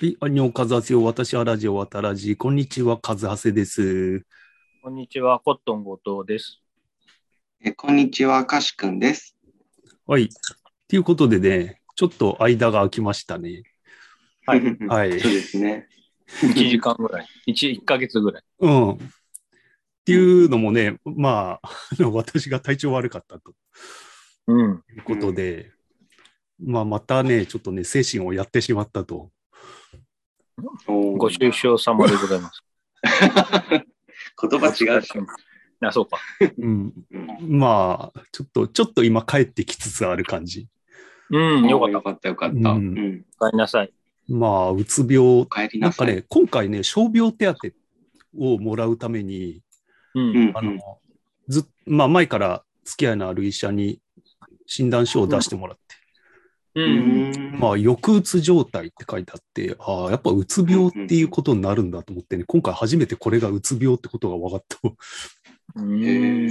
はい、アニョンカズハセよ。私はラジオ渡らじ。こんにちは、カズハセです。こんにちは、コットン後藤です。えこんにちは、かしくんです。はい。ということでね、ちょっと間が空きましたね。はい。はい。そうですね。1時間ぐらい。1、1ヶ 月ぐらい。うん。っていうのもね、まあ、あの私が体調悪かったと。うん。いうことで、うん、まあ、またね、ちょっとね、精神をやってしまったと。ご愁傷様でござい ます。言葉違うし。あ、そうか。うん。まあ、ちょっと、ちょっと今帰ってきつつある感じ。うん、よかった、よ。かった、よかった。うん帰りなさい。まあ、うつ病。帰りなさい。なんかね、今回ね、傷病手当をもらうために、うん、あの、ずまあ、前から付き合いのある医者に診断書を出してもらって。うん、まあ、抑うつ状態って書いてあって、ああ、やっぱうつ病っていうことになるんだと思ってね、今回初めてこれがうつ病ってことが分かった。 え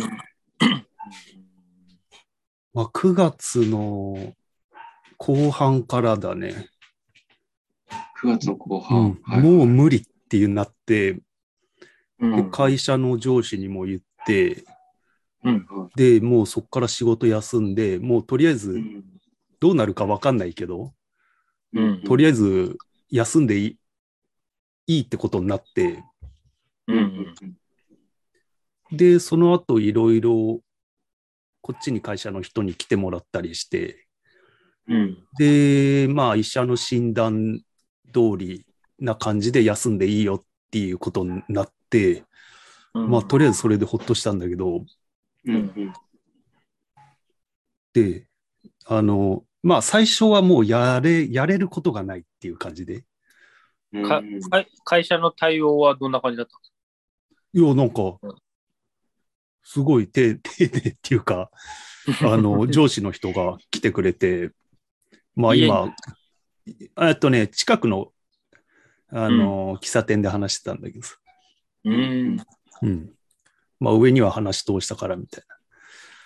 まあ、9月の後半からだね。 9月の後半、うん、もう無理っていうなって、うん、会社の上司にも言って、うん、で、もうそこから仕事休んで、もうとりあえず、どうなるか分かんないけど、うん、とりあえず休んでいいってことになって、うん、で、その後いろいろこっちに会社の人に来てもらったりして、うん、で、まあ医者の診断通りな感じで休んでいいよっていうことになって、まあとりあえずそれでほっとしたんだけど、で、あの、まあ、最初はもうやれ、やれることがないっていう感じで。か会社の対応はどんな感じだったんですかいや、なんか、すごい丁丁寧っていうか、あ の、上司の人が来てくれて、まあ今、えっとね、近くの、あの、うん、喫茶店で話してたんだけどさ。うん。うん。まあ上には話通したからみたいな。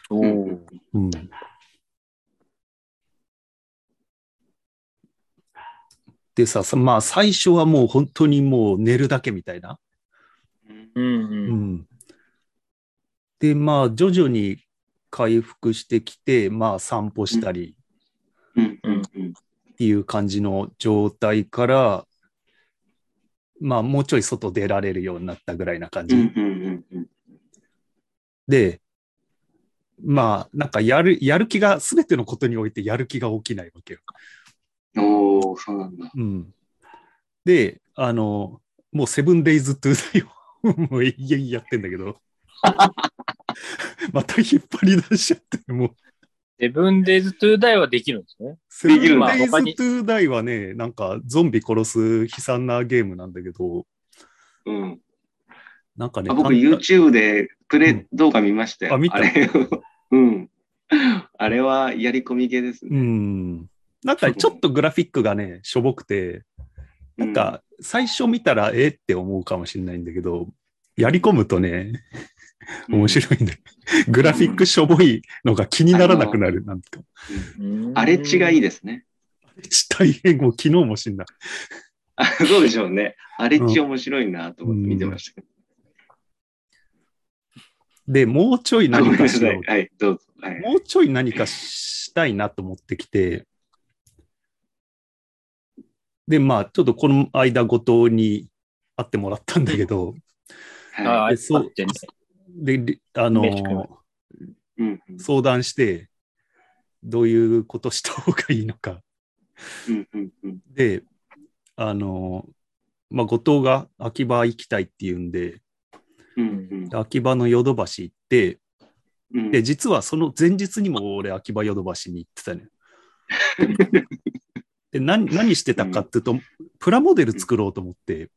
おお。うん。でさ、まあ最初はもう本当にもう寝るだけみたいな。、うん、うんうんで、まあ徐々に回復してきて、まあ散歩したりっていう感じの状態から、まあもうちょい外出られるようになったぐらいな感じ。で、まあなんかやる、やる気が、全てのことにおいてやる気が起きないわけよ。おお、そうなんだ。うん。で、あの、もうセブンデイズトゥーダイもう永遠やってんだけ ど。また引っ張り出しちゃって、もう。セブンデイズトゥーダイはできるんですね。セブンデイズトゥーダイはね、なんかゾンビ殺す悲惨なゲームなんだけど。うん。なんかね。僕 YouTube でプレイ動画見ましたよ。うん、あ、見た。 うん。あれはやり込み系ですね。うん。なんかちょっとグラフィックがね、しょぼくて、なんか最初見たらええって思うかもしれないんだけど、やり込むとね、面白 いんだ、うん、グラフィックしょぼいのが気にならなくなる、なんか。荒れ地がいいですね。 大変、もう昨日も死んだ。そうでしょうね。荒れ地面白いなと思って見てましたけど。うん、で、もうちょい何かしよ う。はい、どうぞ、はい、もうちょい何かしたいなと思ってきて、で、まあ、ちょっとこの間、後藤に会ってもらったんだけど、はい、そう、で、あの、うんうん、相談して、どういうことした方がいいのか。で、あの、まあ、後藤が秋葉行きたいっていうんで、うんうん、で秋葉のヨドバシ行って、うん、で、実はその前日にも俺、秋葉ヨドバシに行ってたね。で何何してたかっていうと、うん、プラモデル作ろうと思って。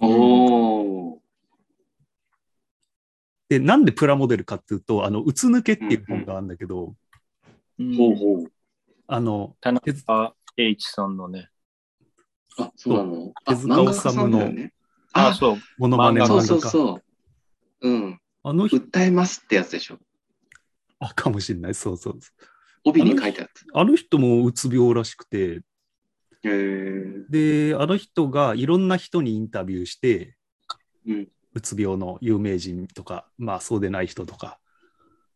おお。で、なんでプラモデルかっていうと、あの、うつ抜けっていう本があるんだけど、うん、ほうほう。あの、田中栄一さんのね、あ、そうなの手塚治虫の、ね、あ、そう、ものまね漫画家。そうそうそう。うん。あの訴えますってやつでしょ。あ、かもしれない。そうそうそう。帯に書いてあったあ。あの人もうつ病らしくて、えー、で、あの人がいろんな人にインタビューして、うんうつ病の有名人とか、まあそうでない人とか。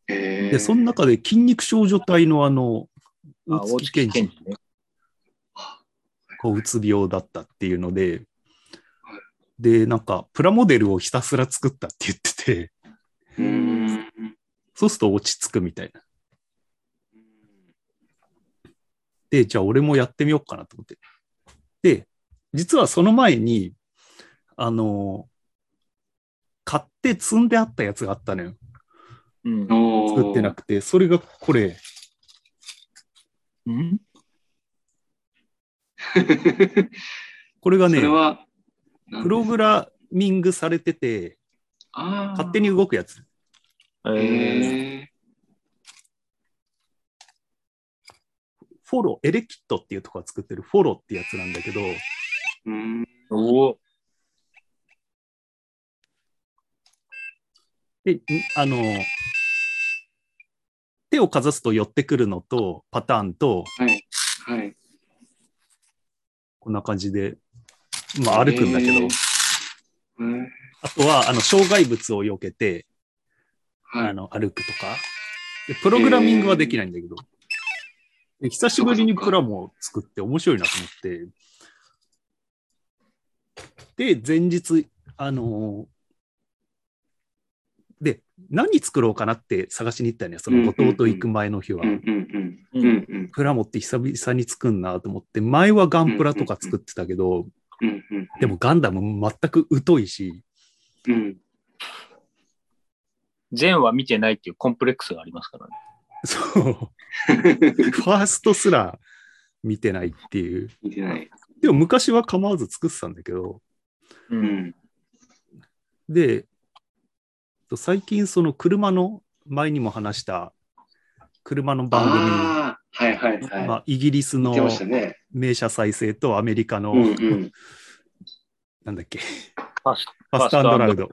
えー、で、その中で筋肉少女隊のあの、あ大月健治ね。こううつ病だったっていうので、で、なんか、プラモデルをひたすら作ったって言ってて、うーん。そうすると落ち着くみたいな。で、じゃあ俺もやってみようかなと思って。で、実はその前に、あの、買って積んであったやつがあったのよ。うん。おー作ってなくて、それがこれ、うんこれがねそれ、は、プログラミングされてて、勝勝手に動くやつ。えーえフォロー、エレキットっていうとこが作ってるフォローってやつなんだけど、ー、うん。おお。で、んあの、手をかざすと寄ってくるのと、パターンと、はい。はい。こんな感じで、まあ歩くんだけど、えーうんあとは、あの、障害物を避けて、はあい。の、歩くとか。で、プログラミングはできないんだけど。で久しぶりにプラモを作って面白いなと思って。で、前日、あのーで、何作ろうかなって探しに行ったのよ。その後藤と行く前の日はう。んうんううん。うんんうんプラモって久々に作んなと思って、前はガンプラとか作ってたけど、うんうん。でもガンダム全く疎いし、うん。善は見てないっていうコンプレックスがありますからね。 そう。ファーストすら見てないっていう。見てない。でも昔は構わず作ってたんだけど、うう。ん。で、と最近その車の前にも話した車の番組、ああ、はいはいはい。まあ、イギリス見のてましたね。名車再生とアメリカの、うんうん。なんだっけ、フファーストァストアンドラウド。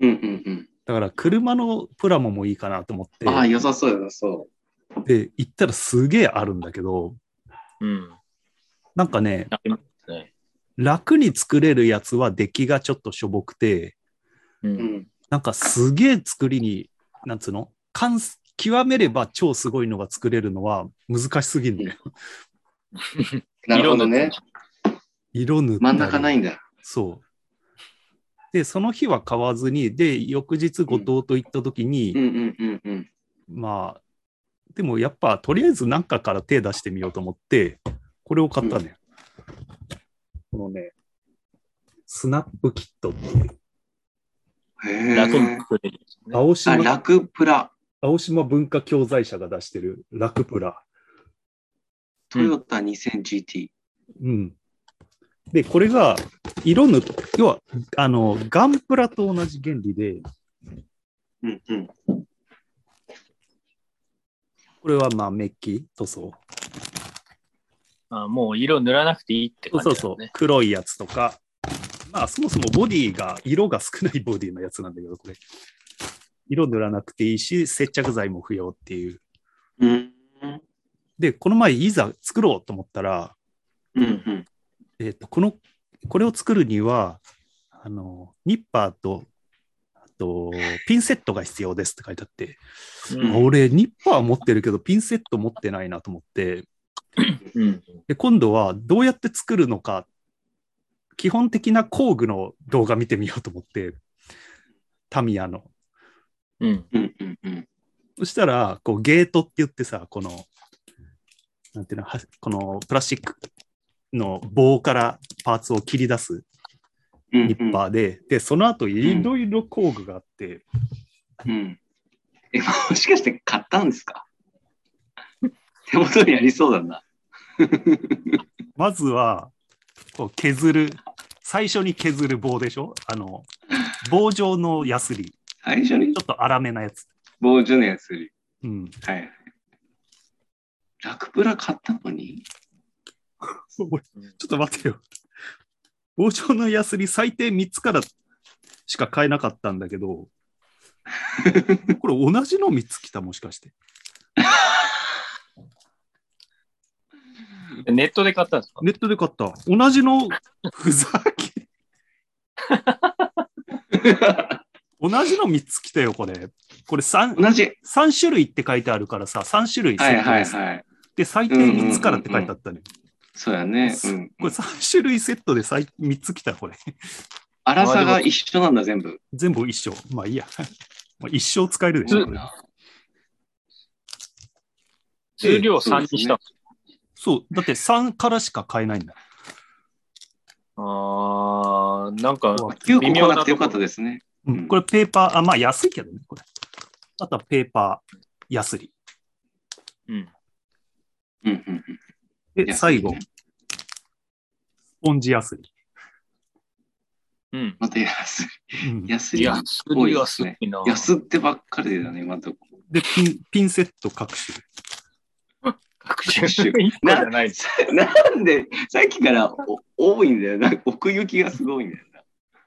うんうんだから車のプラモもいいかなと思ってうん。ああ、良さそう良さそで行ったらすげえあるんだけど、うん。なんかね、ありますね。楽に作れるやつは出来がちょっとしょぼくて、う。う。うんん。なんかすげえ作りに、なんつうの完成極めれば超すごいのが作れるのは難しすぎるんだよ。なるほどね。色塗った真りん中ないんだ。そう。で、その日は買わずに、で、翌日後藤と行った時うんに、うんうんうん。まあ、でもやっぱとりあえず何かから手出してみようと思って、これを買ったのよ。このね、スナップキットっていう、へ楽にえ。作れるんですね。青あ、島楽プラ。青島文化教材社が出してるラクプラ。トヨタ 2000GT。うん。で、これが、色塗っ要は、あの、ガンプラと同じ原理で、うんうん。これはまあメッキ塗装。あもう色塗らなくていいってそ感うじそうそうですね。。黒いやつとか、まあそもそもボディが、色が少ないボディのやつなんだけど、これ。色塗らなくていいし、接着剤も不要っていう。うんで、この前、いざ作ろうと思ったら、うんうん。えっ、と、この、これを作るには、あの、ニッパーと、あと、ピンセットが必要ですって書いてあって、うん俺、ニッパー持ってるけど、ピンセット持ってないなと思って、うん。うん。で今度はどうやって作るのか、基本的な工具の動画見てみようと思って、タミヤの。うん。うんうんうん。そしたら、こう、ゲートって言ってさ、この、なんていうの、はこのプラスチックの棒からパーツを切り出すうんニッパーで、で、その後、いろいろ工具があって、うん。え、もしかして買ったんですか 手元にありそうだな。まずは、こう、削る、最初に削る棒でしょあの、棒状のヤスリ。最初にちょっと粗めなやつ。防除のやつより。うん。はい。楽プラ買ったのにちょっと待ってよ。包丁のヤスリ最低3つからしか買えなかったんだけ ど、これ同じの3つ来たもしかして。ネットで買ったんですかネットで買った。同じの、ふざけ、同じの3つ来たよ、これ。これ3、同じ。三種類って書いてあるからさ、3種類セはいットはでいす。はい。で、最低3つからって書いてあったね。そうやね。うん。これ3種類セットで最3つ来た、これ。粗さが一緒なんだ、全部。全部一緒。まあいいや。 まあ一生使えるでしょ、これ。数量3にした。そう。だって3からしか買えないんだ。あー、なんか、 9個来なくてよかったですね。うん、これペーパー、あ、まあ安いけどね、これ。あとはペーパー、ヤスリ。うん。うんうんうん。で、ヤスリ最後、スポンジヤスリ。うん。また安い。うん安いいやな。、すごごいいでですすねね。な安ってばっかりだね、また。でピン、ピンセット各種。各種種 類じゃないです。なんで、さっきからお多いんだよな。奥行きがすごいんだよな。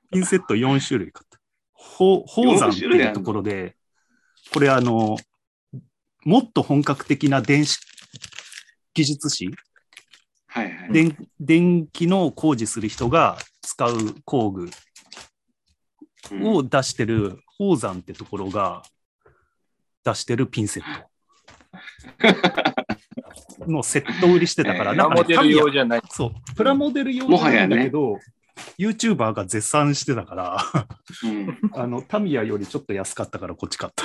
ピンセット4種類買った。ほ宝山っていうところで、これあの、もっと本格的な電子技術士、はいはい。電電気の工事する人が使う工具うんを出してる宝山ってところが出してるピンセットのセット売りしてたから、えープラなんかモね、デタルミヤ用じゃない。そう、プラモデル用じゃないんだけど、YouTuber が絶賛してたから、うんあの、タミヤよりちょっと安かったからこっち買った。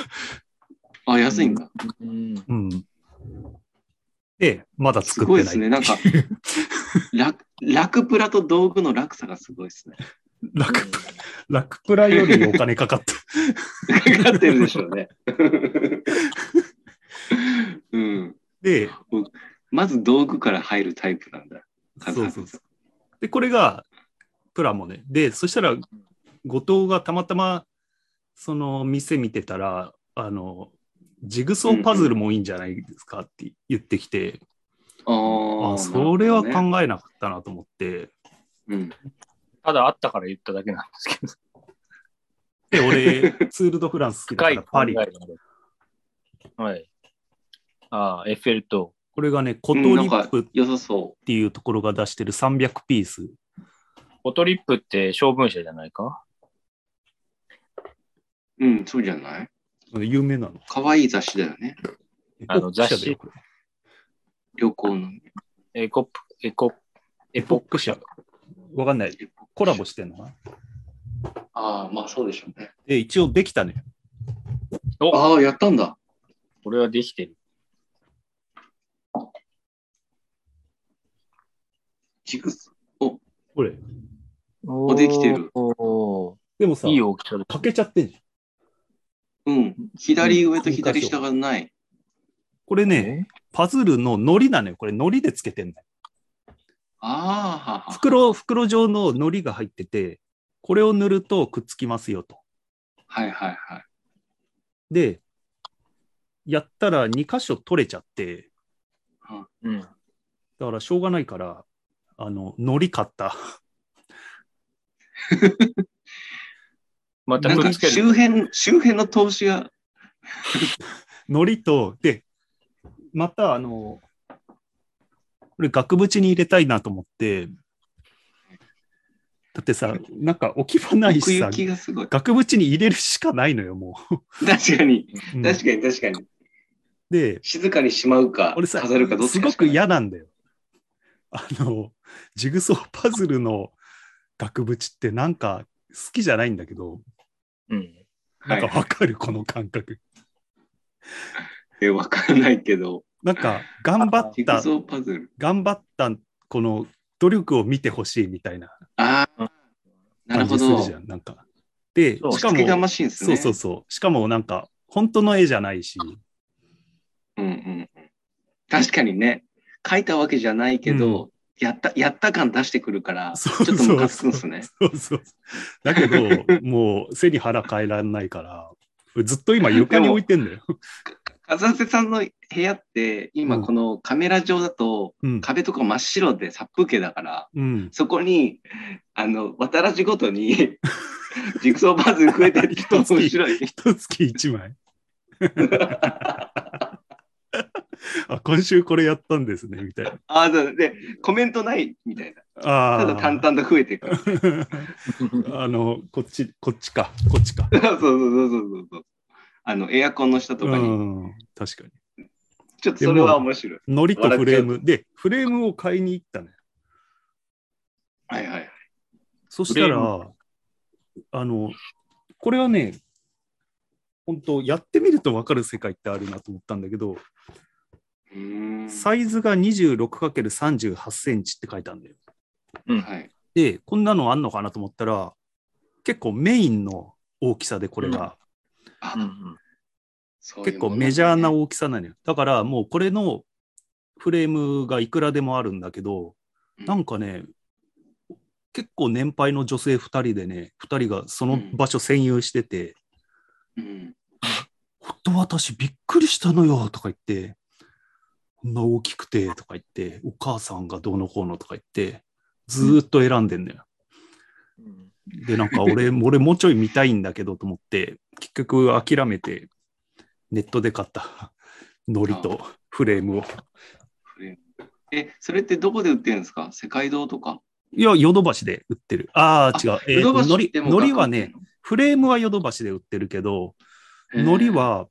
あ、安いんだ。うん。うん。で、まだす作ってごないい。ですね。なんか、 楽楽プラと道具の落差がすごいですね。楽、楽プラよりお金かかった。かかってるでしょうね。 うん。で、まず道具から入るタイプなんだ。そうそうそう。で、これが、プラモね。で、そしたら、後藤がたまたま、その店見てたら、あの、ジグソーパズルもいいんじゃないですかって言ってきて、あああ、それはなるほどね考えなかったなと思って、うん。ただあったから言っただけなんですけど。で、俺、ツール・ド・フランス好きだか深い ら、パリ考。えがあるはい。ああ、エッフェル塔。これがね、コうトん、なリんッかプっ良さそていうところが出してる300ピース。フォトリップって小文社じゃないかう。うん、そうじゃない有名なの。可愛い雑誌だよね。あの雑エポック社だ誌よこれ旅行の。エコップ、エコ、エエポポッックク社社。。わかんない。コラボしてんのかなああ、まあそうでしょうね。で、一応できたね。おああ、やったんだ。これはできてる。ジグソこれ。おできてる。おでもーさ、いい大きさだ。欠けちゃってんじゃん。ー。うん。左上と左下がない。これね、パズルの糊なのよ。これ糊でつけてんだよ。ああ、袋、袋状の糊が入ってて、これを塗るとくっつきますよと。はいはいはい。で、やったら2箇所取れちゃって、うん。だからしょうがないから、あの、糊買った。 またなんくかっつける。周辺、周辺の投資が、糊と、で、またあの、これ額縁に入れたいなと思って、だってさ、なんか置き場ない奥し行さ、きがすごい。額縁に入れるしかないのよ、も確かに、う。うん確かに確かに。で、静かにしまうか、 俺さ、飾るかどっすちかごしかくない。嫌なんだよ。あの、ジグソーパズルの額縁ってなんか好きじゃないんだけど、うん。なんかはいわかる、この感覚。え、わかんないけど、なんか、頑張っジグた、ソーパズル。頑張った、この努力を見てほしいみたいなあうんあ、なる感ほじするど。じゃん、なんか。で、そうししかかも、も、がましいんでそすうね。そうそう、しかもなんか、本当の絵じゃないし、うんうんうん確かにね、書いたわけじゃないけど、やった、やった感出してくるから、ちそょうっとムカつくんですね。そうそう。だけど、 もう背に腹変えられないから、ずっと今床に置いてんだよ。風瀬さんの部屋って、今うんこのカメラ上だと、うん。壁とか真っ白で殺風景だから、うん。そこに、あの、渡らじご とに、ジグソーパズル増えてって面白い。一月一枚。あ、今週これやったんですね、みたいな。ああ、そうで、コメントないみたいな。あただ淡々と増えていく。 そう々。あの、こっち、こっちか、こっちか。そうそうそうそうそう。あの、エアコンの下とうかに、ん、確かに。ちょっとそれは面白い。ノリとフレームで、フレームを買いに行ったね。はいはい。そしたフレら、あの、これはね、本当やってみると分かる世界ってあるなと思ったんだけど、うーんサイズが 26×38 センチって書いてあるんだよ。はい。で、こんなのあんのかなと思ったら、結構メインの大きさでこれが、あうんそういう結もの構メジャーなね大きさなのよ。だからもうこれのフレームがいくらでもあるんだけど、うんなんかね、結構年配の女性2人でね、2人がその場所占有してて、うんほんと私びっくりしたのよとか言って、こんな大きくてとか言って、お母さんがどうのこうのとか言って、ずーっと選んでんだよ。うんで、なんか 俺、俺もうちょい見たいんだけどと思って、結局諦めて、ネットで買った、ノリとフレームを。フレームえ、それってどこで売ってるんですか世界堂とか。いや、ヨドバシで売ってる。ああ、違う。えーヨドバシのり、でものりは売っねて、んの、フレームはヨドバシで売ってるけど、へーのり。は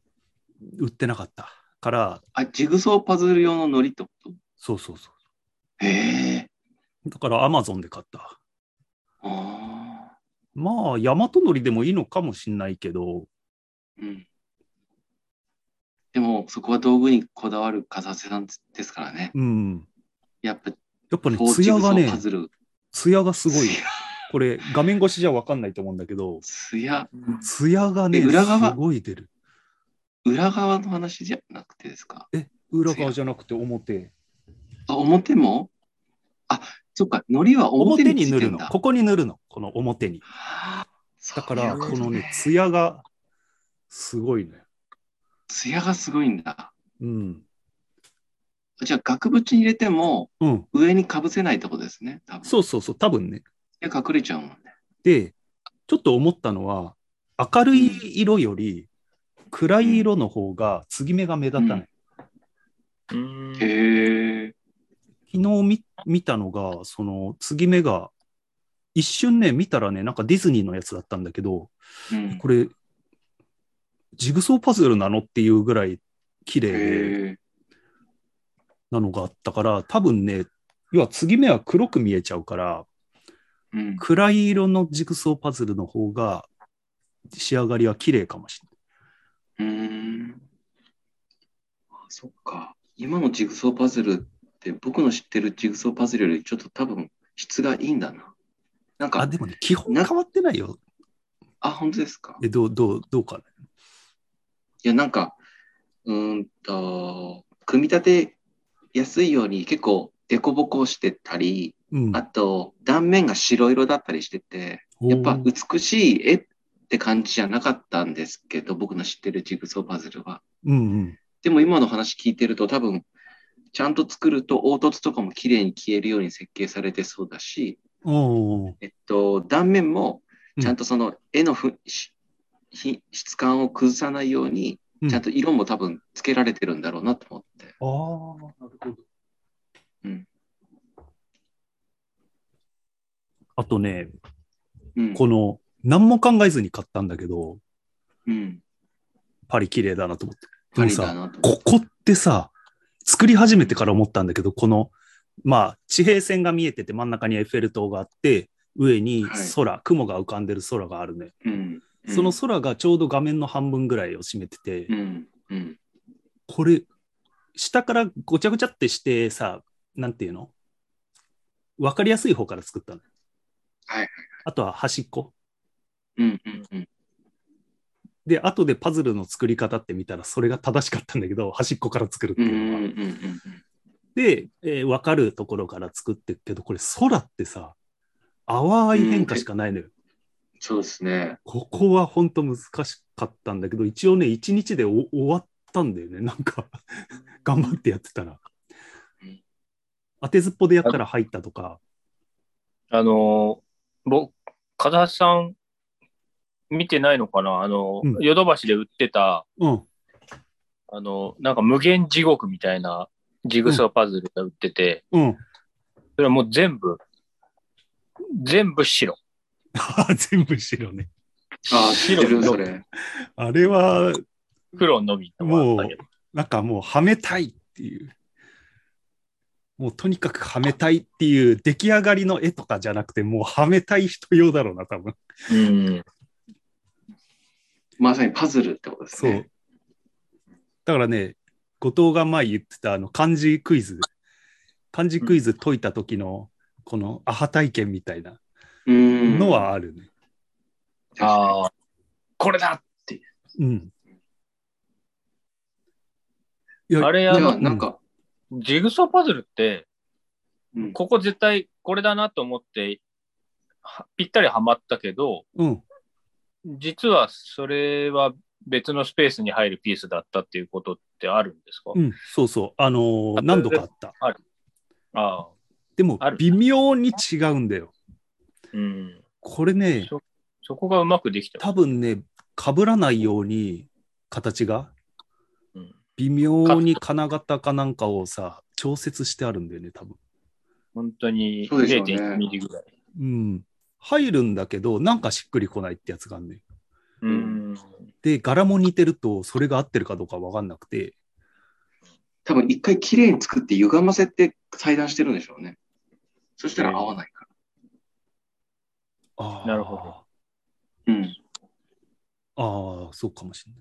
売ってなかったから、あ、ジグソーパズル用ののりってことそうそうそへえ。う。だからアマゾンで買った。ああ。まあ、大和のりでもいいのかもしんないけど、うん。でも、そこは道具にこだわる風瀬さんですからね。うん。やっぱ、やっぱねこ、うツヤがジグソーねパ、ズル。ツヤがすごい。艶これ、画面越しじゃわかんないと思うんだけど、艶うんツヤがね、え裏側すごい出る。裏側の話じゃなくてですかえ、裏側じゃなくて表。あ、表もあ、そっか、のりは表表にについ塗てるんの。だ。ここに塗るの。この表に。はあだかそういら、うとこのね、つツヤがすごいね。やがすごいんだ。うん。じゃあ、額縁に入れてもうん。上にかぶせないってことですね。多分そうそうそう、多分ね。で隠れちゃうもんね。で、ちょっと思ったのは、明るい色より暗い色の方が継ぎ目が目立たない。ううんんへえ。昨日見見たのが、その継ぎ目が、一瞬ね、見たらね、なんかディズニーのやつだったんだけど、うんこれ、ジグソーパズルなのっていうぐらい綺麗へえ。なのがあったから、多分ね、要は継ぎ目は黒く見えちゃうから、うん暗い色のジグソーパズルの方が仕上がりは綺麗かもしれない。うーん。あそっか。今のジグソーパズルって僕の知ってるジグソーパズルよりちょっと多分質がいいんだな。なんあ、か、でもね、基本変わってないよ。あ、本当ですか。え、どう、どう、どうかね。いや、なんか、うーんと、組み立てやすいように結構凸凹してたり、うん。あと断面が白色だったりしてて、やっぱおー美しい絵って感じじゃなかったんですけど、僕の知ってるジグソーパズルは。うんうん。でも今の話聞いてると多分、ちゃんと作ると凹凸とかも綺麗に消えるように設計されてそうだし、おーえっと、断面もちゃんとその絵のふ、しひ質感を崩さないように、うんちゃんと色も多分つけられてるんだろうなと思って。ああ、なるほど。うんあとね、うん。この、何も考えずに買ったんだけど、うん。パリ綺麗だなと思って。であもりださ、なと思って。ここってさ、作り始めてから思ったんだけど、この、まあ、地平線が見えてて、真ん中にエッフェル塔があって、上に空、雲が浮かんでる空があるね。うん。うんその空がちょうど画面の半分ぐらいを占めてて、うん。うん。これ、下からごちゃごちゃってしてさ、なんていうのわかりやすい方から作ったの。はいはいあとは端っこ。うん。うん。うん。で、後でパズルの作り方って見たら、それが正しかったんだけど、端っこから作るってうん。いううのんは。。うんうん。で、え分かるところから作ってるけど、これ空ってさ、淡い変化しかないのよ。そうですね。ここは本当難しかったんだけど、一応ね、一日でお終わったんだよね。なんか、頑張ってやってたらうん。当てずっぽでやったら入ったとか。あのー、僕、片橋さん、見てないのかなあのう、んヨドバシで売ってた、うん。あの、なんか無限地獄みたいなジグソーパズルが売ってて、うん。 それはもう全部、全部白。全部白ね。ああ、知ってる、白それ。あれは、黒のみのがあったけどなんかもうはめたいっていう。もうとにかくはめたいっていう出来上がりの絵とかじゃなくて、もうはめたい人用だろうな、多分。うん。まさにパズルってことですそうね。。だからね、後藤が前言ってたあの漢字クイズ、漢字クイズ解いた時のこのアハ体験みたいなう。ん。のはあるね。確かに、ああ、これだうん。いやあれやじゃあ、うんなんか、ジグソーパズルって、うんここ絶対これだなと思って、はぴったりはまったけど、うん。実はそれは別のスペースに入るピースだったっていうことってあるんですか、うん。そうそう。あのーあ何度かあった。ああ、でもある、微妙に違うんだよ。うん。これね、そそこがうまくできてる。多分ね、かぶらないように形がうん微妙に金型かなんかをさ、調節してあるんだよね、多分。本当にそうでしょうね0.1ミリぐらい。うん。入るんだけど、なんかしっくりこないってやつがあるね。うんん。で、柄も似てると、それが合ってるかどうかわかんなくて、多分一回綺麗に作って歪ませて裁断してるんでしょうね。そしたら合わないかああ、なるほど。ら。うん。ああ、そうかもしれな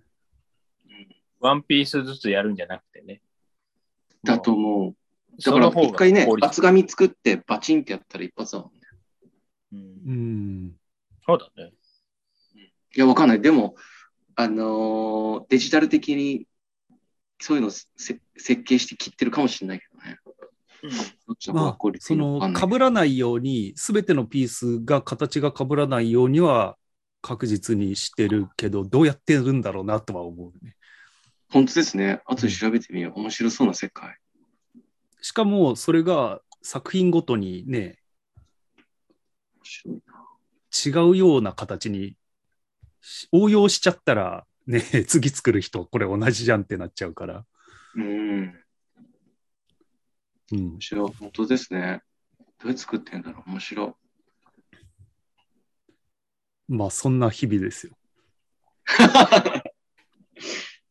い。ワンピースずつやるんじゃなくてね。だと思う。だそからの方が一回ね効、率厚紙作ってバチンってやったら一発だもんね。うんうん。そうだね。いや、わかんない。でも、あのーデジタル的にそういうのせ設計して切ってるかもしれないけどね。どっちの方がまあ効、率そいいのかわの、かかんないぶらないように、すべてのピースが形がかぶらないようには、確実にしてるけど、どうやってるんだろうなとは思うね。本当ですね。後で調べてみよう。面白そうな世界。しかも、それが作品ごとにね、面白いな。違うような形にし応用しちゃったら、ね、 次作る人、これ同じじゃんってなっちゃうから。うん。面うん、白い。本当ですね。どうやって作ってんだろう。面白い。まあ、そんな日々ですよ。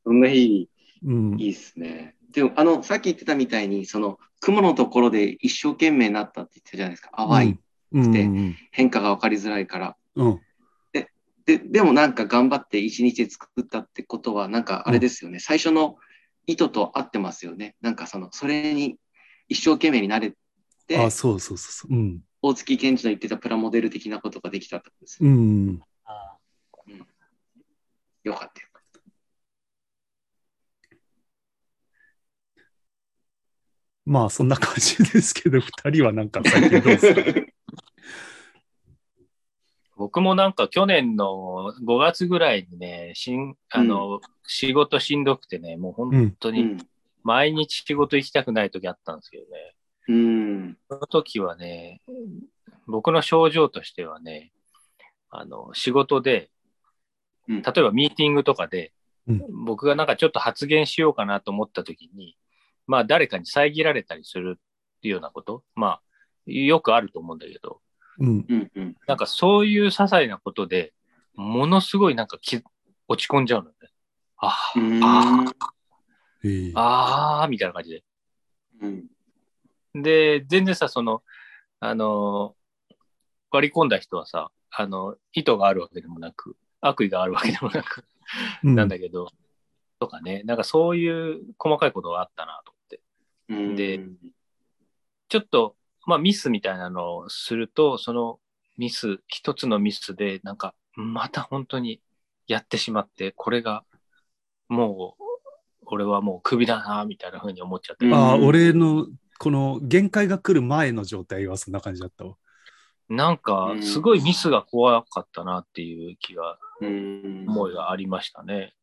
そんな日、うん、いいっすね。でも、あの、さっき言ってたみたいに、その、雲のところで一生懸命になったって言ってたじゃないですか。淡い。うん、てうん変化が分かりづらいから。うん、で、でもなんか頑張って一日で作ったってことは、なんかあれですよね、最初の意図と合ってますよね。なんかその、それに一生懸命になれて、あ、そうそうそうそう。うん、大月健二の言ってたプラモデル的なことができたってことですね。うん。よかったよ。まあ、そんな感じですけど、 二人はなんか最近どうですか 僕もなんか去年の5月ぐらいにね、しんあの、仕事しんどくてね、もうう本ん、当うにん。毎日仕事行きたくない時あったんですけどね。うん。その時はね、僕の症状としてはね、あの、仕事で、うん例えばミーティングとかで、うん僕がなんかちょっと発言しようかなと思った時に、まあ誰かに遮られたりするっていうようなこと、まあよくあると思うんだけど、うん、うん。うん。なんかそういう些細なことで、ものすごいなんかき落ち込んじゃうのね。あうあ、ん。あええああ、みたいな感じで。うん。で、全然さ、その、あの、割り込んだ人はさ、あの、意図があるわけでもなく、悪意があるわけでもなく、うんなんだけど、とかね、なんかそういう細かいことがあったなと思って。うんでちょっと、まあミスみたいなのをすると、そのミス、一つのミスで、なんか、また本当にやってしまって、これが、もう、俺はもうクビだな、みたいな風に思っちゃって。うんああ、俺の、この限界が来る前の状態はそんな感じだったわ。なんか、すごいミスが怖かったなっていう気がうん。思いがありましたね。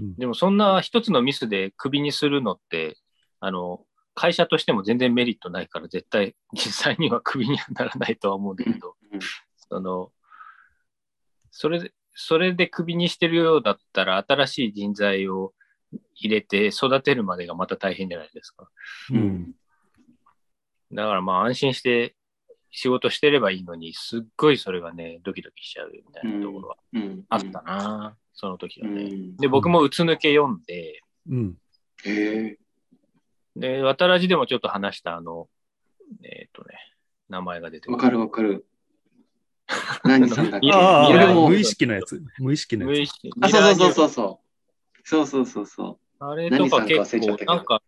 うんでもそんな一つのミスでクビにするのって、あの、会社としても全然メリットないから絶対 実際にはクビにはならないとは思うんだけど、うんその、それで、それでクビにしてるようだったら新しい人材を入れて育てるまでがまた大変じゃないですか。うん。だからまあ安心して仕事してればいいのに、すっごいそれがね、ドキドキしちゃうみたいなところはうん。あったな、その時はうね。ん。で、僕もうつ抜け読んで、うん。へえ。で、渡らじでもちょっと話したあの、えっ、とね、名前が出てわかるわかる。何さんだっけいやああ、俺いやも無意識のやつ。無意識の無や意つ。識あ、そうそうそうそう。そうそうそうそう。あれとか何結さんか忘れちゃ構ったけ、どなんか、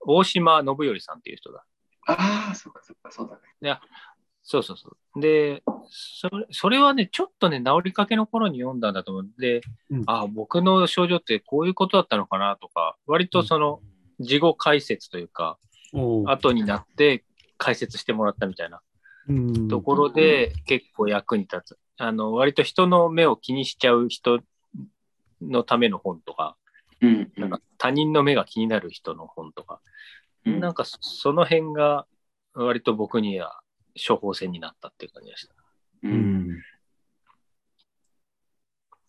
大島信頼さんっていう人だ。ああ、そっかそっか、そうだね。そうそうそう。で、それそれはね、ちょっとね、治りかけの頃に読んだんだと思うんで、うんあ僕の症状ってこういうことだったのかなとか、割とその、事後解説というか、おう後になって解説してもらったみたいなうんところで、結構役に立つ。あの、割と人の目を気にしちゃう人のための本とか、うん。なんか他人の目が気になる人の本とか、うんなんかそその辺が割と僕には処方箋になったっていう感じでした。うう。んん。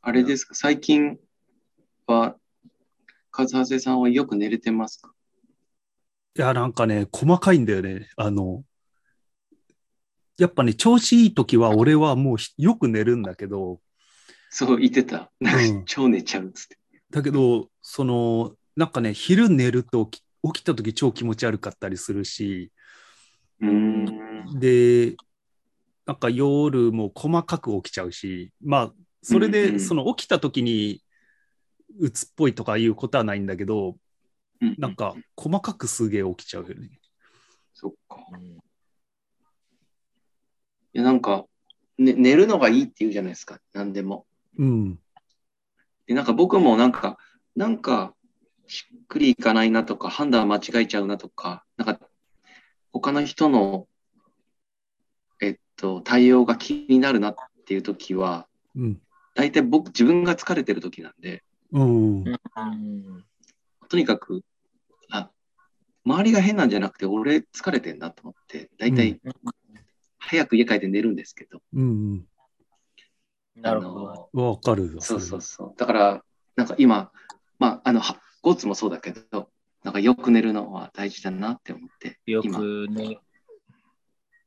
あれですか、最近は、和瀬さんはよく寝れてますかいや、なんかね、細かいんだよね。あの、やっぱね、調子いい時は俺はもうひよく寝るんだけど、そう言ってた。なんうかん超寝ちゃうっつって。だけど、その、なんかね、昼寝ると起き起きた時超気持ち悪かったりするし、うーん。で、なんか夜も細かく起きちゃうし、まあ、それうんうで、んその起きた時に、鬱っぽいとかいうことはないんだけど、うんなんか、細かくすげえ起きちゃうよね。そっか。いや、なんか、ね、寝るのがいいって言うじゃないですか。何でも。うん。で、なんか僕もなんか、なんか、しっくりいかないなとか、判断間違えちゃうなとか、なんか、他の人の、えっと、対応が気になるなっていう時は、うん。大体僕、自分が疲れてる時なんで、うん。とにかく、あ、周りが変なんじゃなくて、俺疲れてんなと思って、大体、早く家帰って寝るんですけど、うん。なるほあど。のわかるよ。そうそうそそう。だから、なんか今、まあ、あの、はゴッツもそうだけど、なんかよく寝るのは大事だなって思って、よ今、くね。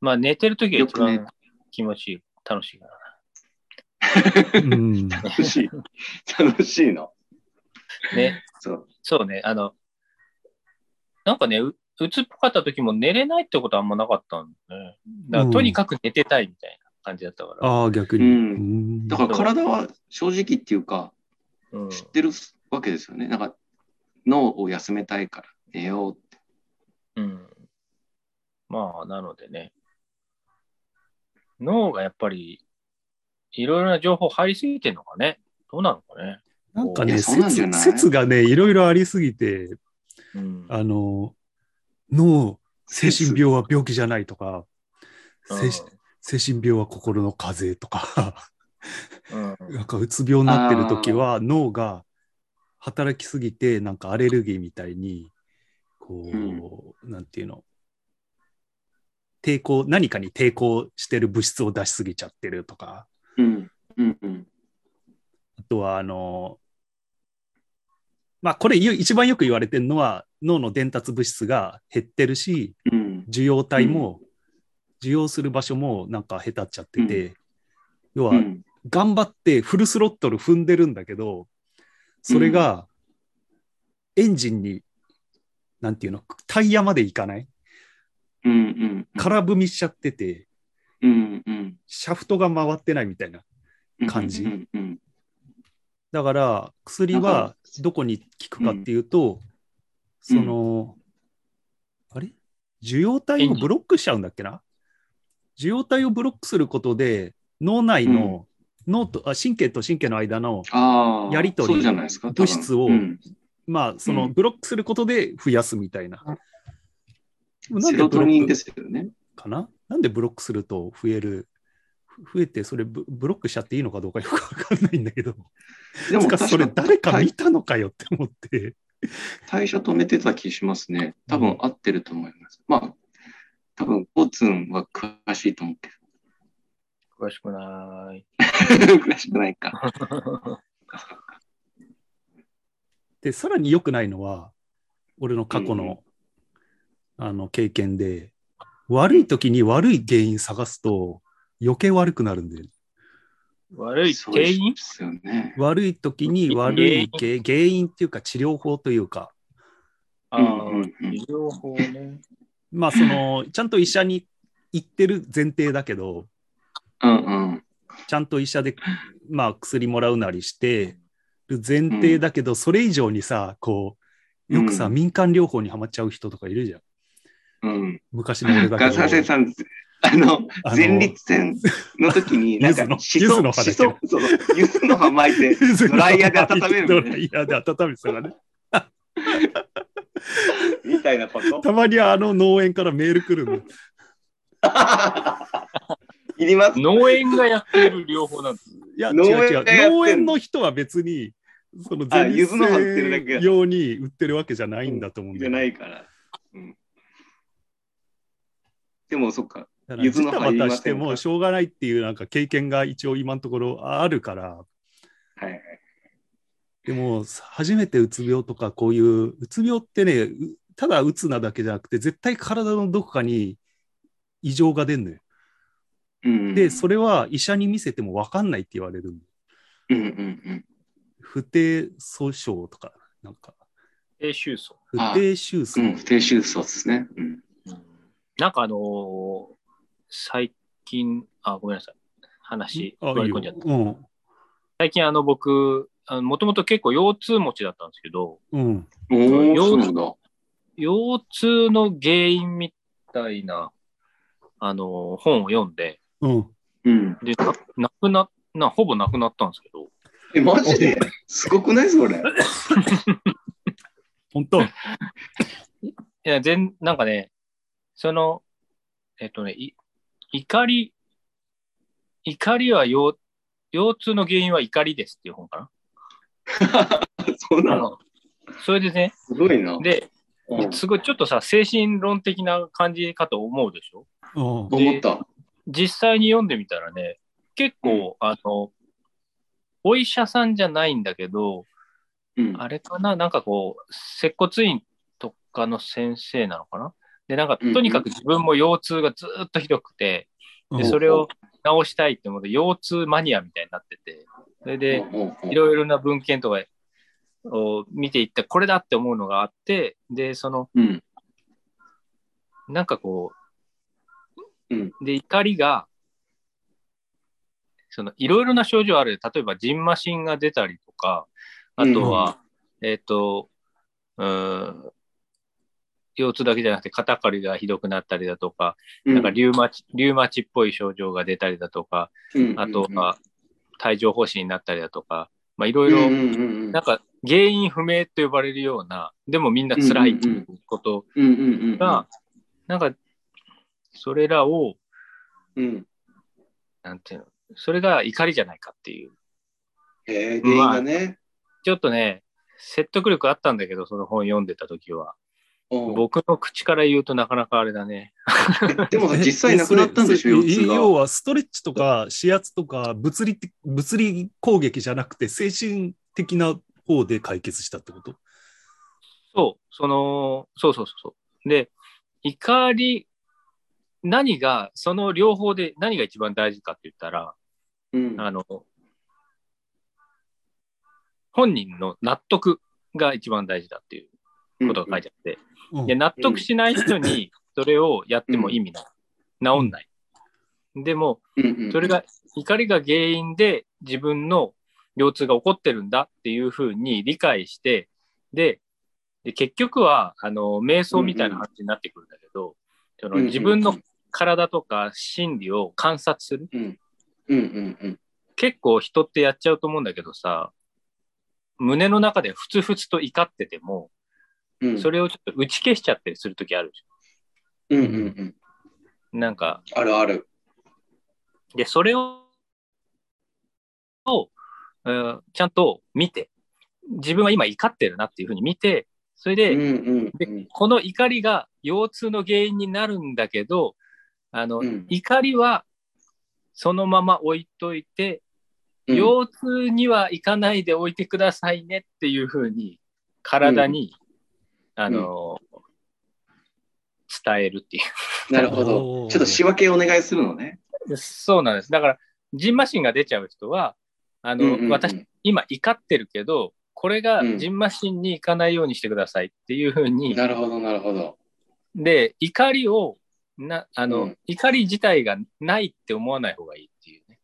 まあ寝てる時が一よく番気持ちいい、楽しいから。れは。うん。楽しい。 楽しいの。ね、そう。そうね、あの、なんかね、ううつっぽかった時も寝れないってことはあんまなかったんだね。だからうんとにかく寝てたいみたいな感じだったから。ああ、逆に。ううんだから体は正直っていうか、うん知ってるわけですよね。なんか、脳を休めたいから寝ようって。うん。まあ、なのでね。脳がやっぱり、いろいろな情報入りすぎてんのかね。どうなのかね。なんかいね、やそうなんじ説ゃない説がね、いろいろありすぎて、うん、あの、脳、精神病は病気じゃないとか、精神精神病は心の風邪とか、 うんうんなんかうつ病になってる時は脳が働きすぎて、なんかアレルギーみたいに、こう、なんていうの、抵抗、何かに抵抗してる物質を出しすぎちゃってるとか、うん。うんうん。あとは、あの、まあ、これよ一番よく言われてるのは、脳の伝達物質が減ってるし、うん。受容体も、受容する場所もなんか下手っちゃってて、要うは、ん頑張ってフルスロットル踏んでるんだけど、それが、エンジンに、なんていうの、タイヤまでいかないうんうん。空踏みしちゃってて、うんうんシャフトが回ってないみたいな。うん。感じうんうん。だから、薬なんはかどこに効くかっていうと、その、あれ受容体をブロックしちゃうんだっけな受容体をブロックすることで、脳内の、脳とあ神経と神経の間の、ああ。やりとりそうじゃないですか。多分物質をうんまあ、そうのんブロックすることで増やすみたいな。なんセでロブトロニンでックすよね。かななんでブロックすると増える増えて、それブブロックしちゃっていいのかどうかよくわかんないんだけど、でもつか確かそれ誰か対見たのかよって思って。代謝止めてた気しますね。多う分ん合ってると思います。まあ、多分コーツンは詳しいと思うけ 詳しくない。 ど。詳しくないか。で、さらに良くないのは、俺の過去の、あの、経験で、悪い時に悪い原因探すと、余計悪くなるんで、悪いそうで原す因ですよね。悪い時に悪い原因原因っていうか治療法というか、あうんあうんうん治療法ね。まあそ の、ちゃんと医者に行ってる前提だけど、うんうん。ちゃんと医者で、まあ薬もらうなりしてる前提だけど、それ以上にさ、こう、よくさ、うん民間療法にはまっちゃう人とかいるじゃん。うん。昔の俺だけ ガど。サセさん、あのあ、の前立腺の時 に、なんか、柚子のし柚子そ、の葉だしけどそ、そう、ゆずの葉巻いて、ドライヤーで温めるみたいドなライヤーで温めてたらね。みたいなこと。 たまにあの農園からメール来るの。いります農園がやってる療法なんです。いや、違う農園違うがやってん。の農園の人は別に、そのあ前柚立子の葉売ってるだけ腺用に売ってるわけじゃないんだと思うんだじゃよなね。いから。うんでも、そっか。だ柚子の葉からいりまませんかたしてもしょうがないっていうなんか経験が一応今のところあるから、はいはい。でも初めてうつ病とかこういううつ病ってね、うただうつなだけじゃなくて絶対体のどこかに異常が出るのよ。うんで、それは医者に見せても分かんないって言われるのうんうんうん。不定訴訟とか、なんか、低収層。不定収う訴。ん、不定収穫ですね。うん。なんかあのー最近、あ、ごめんなさい。話、あ割いいり込よんじゃった。最近あの僕、もともと結構腰痛持ちだったんですけど、うん。うん。おお、よそうなんだ。腰痛の原因みたいな、あのー本を読んで、うん。うん。で、ななくな、な、ほぼなくなったんですけど、え、マジですごくないそれ。本当。いや、全、なんかね、その、えっとね、い怒り、怒りは腰、腰痛の原因は怒りですっていう本かそうな。なあののそれでね、すごいな。で、うんすごいちょっとさ、精神論的な感じかと思うでしょうん。思った。実際に読んでみたらね、結構、あの、お医者さんじゃないんだけど、うん。あれかななんかこう、接骨院とかの先生なのかなで、なんか、うんうんとにかく自分も腰痛がずーっとひどくて、うんで、それを治したいって思って、腰痛マニアみたいになってて、それで、おうおうおういろいろな文献とかを見ていって、これだって思うのがあって、で、その、うん。なんかこう、うんで、怒りが、その、いろいろな症状ある。例えば、ジンマシンが出たりとか、あとは、えっ、と、うーん、腰痛だけじゃなくて肩こりがひどくなったりだとか、うんなんかリウマチ、リウマチっぽい症状が出たりだとか、あとは帯状疱疹になったりだとか、まあいろいろ、うんうんうんうんなんか原因不明と呼ばれるような、でもみんな辛いっていうことうんうんうんうんが、なんか、それらを、うんなんていうの、それが怒りじゃないかっていう。へえ原因がね。ちょっとね、説得力あったんだけど、その本読んでた時は。おう僕の口から言うとなかなかあれだね。でもさ実際なくなったんでしょ、え腰それ痛え要が。はストレッチとか指圧とか物理的物理攻撃じゃなくて精神的な方で解決したってことそう、その、そうそうそうそう。で、怒り、何が、その両方で何が一番大事かって言ったら、うんあの、本人の納得が一番大事だっていうことが書いてあって、うんで納得しない人にそれをやっても意味ない。治んない。でも、うんうんうんそれが、怒りが原因で自分の腰痛が起こってるんだっていうふうに理解して、で、で結局は、あの、瞑想みたいな話になってくるんだけど、その自分の体とか心理を観察する。うんうんうんうん結構人ってやっちゃうと思うんだけどさ、胸の中でふつふつと怒ってても、うんそれをちょっと打ち消しちゃったりするときあるじうんうんうんゃん。なんか、あるある。で、それを、をえーちゃんと見て、自分は今怒ってるなっていうふうに見て、それで、うんうんうでんこの怒りが腰痛の原因になるんだけど、あの、うん怒りはそのまま置いといて、うん腰痛には行かないでおいてくださいねっていうふうに体に、あの、伝えるっていなるほど。おーちょっと仕分けお願いするのね。う。 そうなんです。だから、ジンマシンが出ちゃう人は、あの、うんうんうん私、今怒ってるけど、これがうんジンマシンに行かないようにしてくださいっていうふうに、なるほど、なるほど。で、怒りを、なあの、うん怒り自体がないって思わない方がいいっていうね。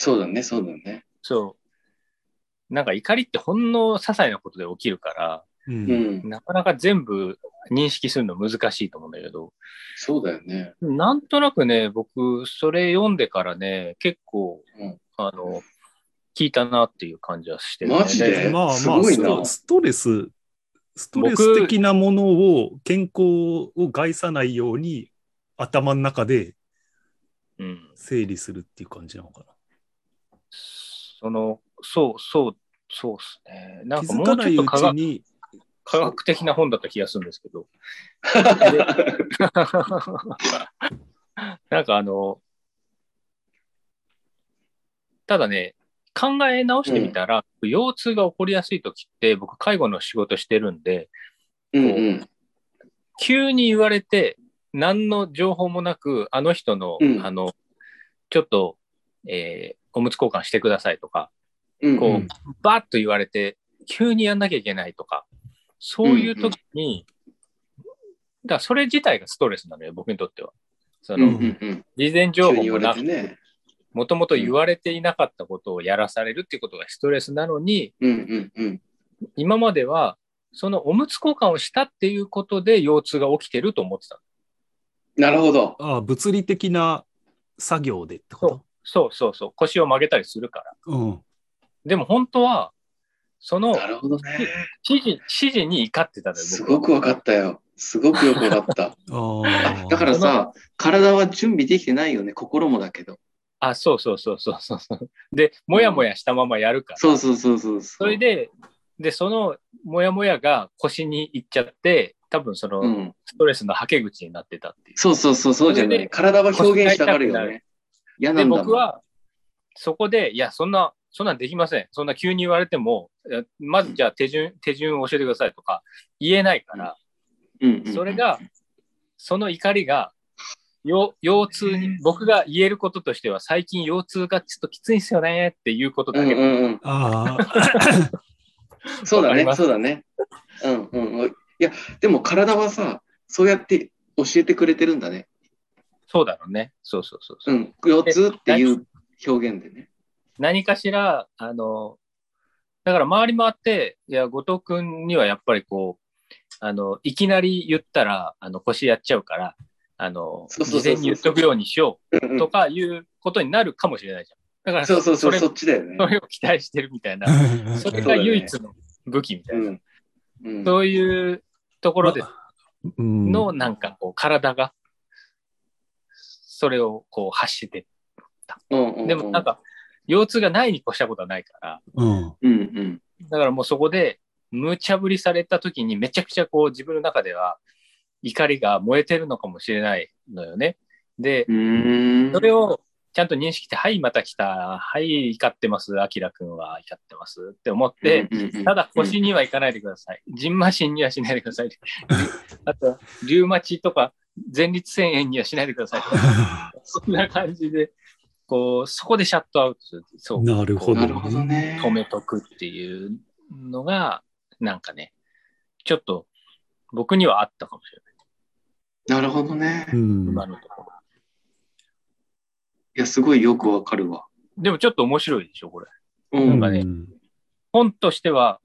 そうだね、そうだね。そう。なんか怒りってほんの些細なことで起きるから、う。うんん。なかなか全部認識するの難しいと思うんだけど、そうだよね。なんとなくね、僕、それ読んでからね、結構、うんあの、聞いたなっていう感じはしてる、ね。マジでまあまあ、すごいスなトストレス、ストレス的なものを、健康を害さないように、頭の中でうん。整理するっていう感じなのかその、そう、そう、そうっすね。な。なん気かもづうちょかないうっと科学ちに、科学的な本だった気がするんですけど。 なんかあの、ただね、考え直してみたら、腰痛が起こりやすい時って、僕、介護の仕事してるんで、うんうん。急に言われて、何の情報もなく、あの人の、うんあの、ちょっと、えーおむつ交換してくださいとか、うんこう、うんバーッと言われて、急にやんなきゃいけないとか、そういう時に、だからそれ自体がストレスなのよ、僕にとっては。そうんうの、んうん。事前情報急に言もわなれく、てね。もともと言われていなかったことをやらされるっていうことがストレスなのに、うんうんうん。今までは、そのおむつ交換をしたっていうことで腰痛が起きてると思ってたの。なるほど。ああ、物理的な作業でってこそうそうそう、腰を曲げたりするから。とうん。でも本当は、そのなるほどね。指示指示に怒ってたのよ、す僕はごくわかったよ。すごくよくわかった。あああ。 だからさ、体は準備できてないよね。心もだけど。あ、そうそうそうそうそうそう。で、もやもやしたままやるから。そうそうそうそう。そそれ、で、で、そのもやもやが腰にいっちゃって、多分そうのん。ストレスのはけ口になってたっていう。そうそうそう、そうじゃなそれい。で体は表現したがるよね。嫌なで、んだもん。僕は、そこで、いや、そんな、そんなんできません。そんな急に言われても、いやまずじゃあ手順、手順を教えてくださいとか言えないから、うんうんうんそれ、が、その怒りが、よ腰痛に、僕が言えることとしては、最近腰痛がちょっときついんすよねっていうことうだんけうど、んうん。ああ。そうだわかりね、ますそうだね。うんうんうん。いや、でも体はさ、そうやって教えてくれてるんだね。そうだろうね。そうそうそうそうう。ん。腰痛っていう表現でね。何かしら、あの、だから周りもあって、いや、後藤くんにはやっぱりこう、あの、いきなり言ったら、あの、腰やっちゃうから、あの、そうそうそうそう事前に言っとくようにしようんううんとかいうことになるかもしれないじゃん。だから、そうそうそう、れそっちだよね。それを期待してるみたいな、 それが唯一の武器みたういな、ん。うん、そういうところで うんの、なんかこう、体が、それをこう、発して、うんうんうんでもなん、か、腰痛がないに越したことはないから、うん。うんうん。だからもうそこで、無茶ぶりされた時にめちゃくちゃこう自分の中では怒りが燃えてるのかもしれないのよね。でう、ーん。それをちゃんと認識して、はい、また来た。はい、怒ってます。アキラくんは怒ってます。って思って、うんうんうん、ただ腰には行かないでください。ジンマシンにはしないでくだ さい。あとは、リウマチとか前立腺炎にはしないでください。そんな感じで、こう、そこでシャットアウトする。そ う。なるほどなるほどね。止めとくっていうのが、なんかね、ちょっと僕にはあったかもしれない、なるほどね。ういん。今のとこや、すごいよくわかるわ。ろ。でもちょっと面白いでしょ、これ。うなんん。かねうん本としては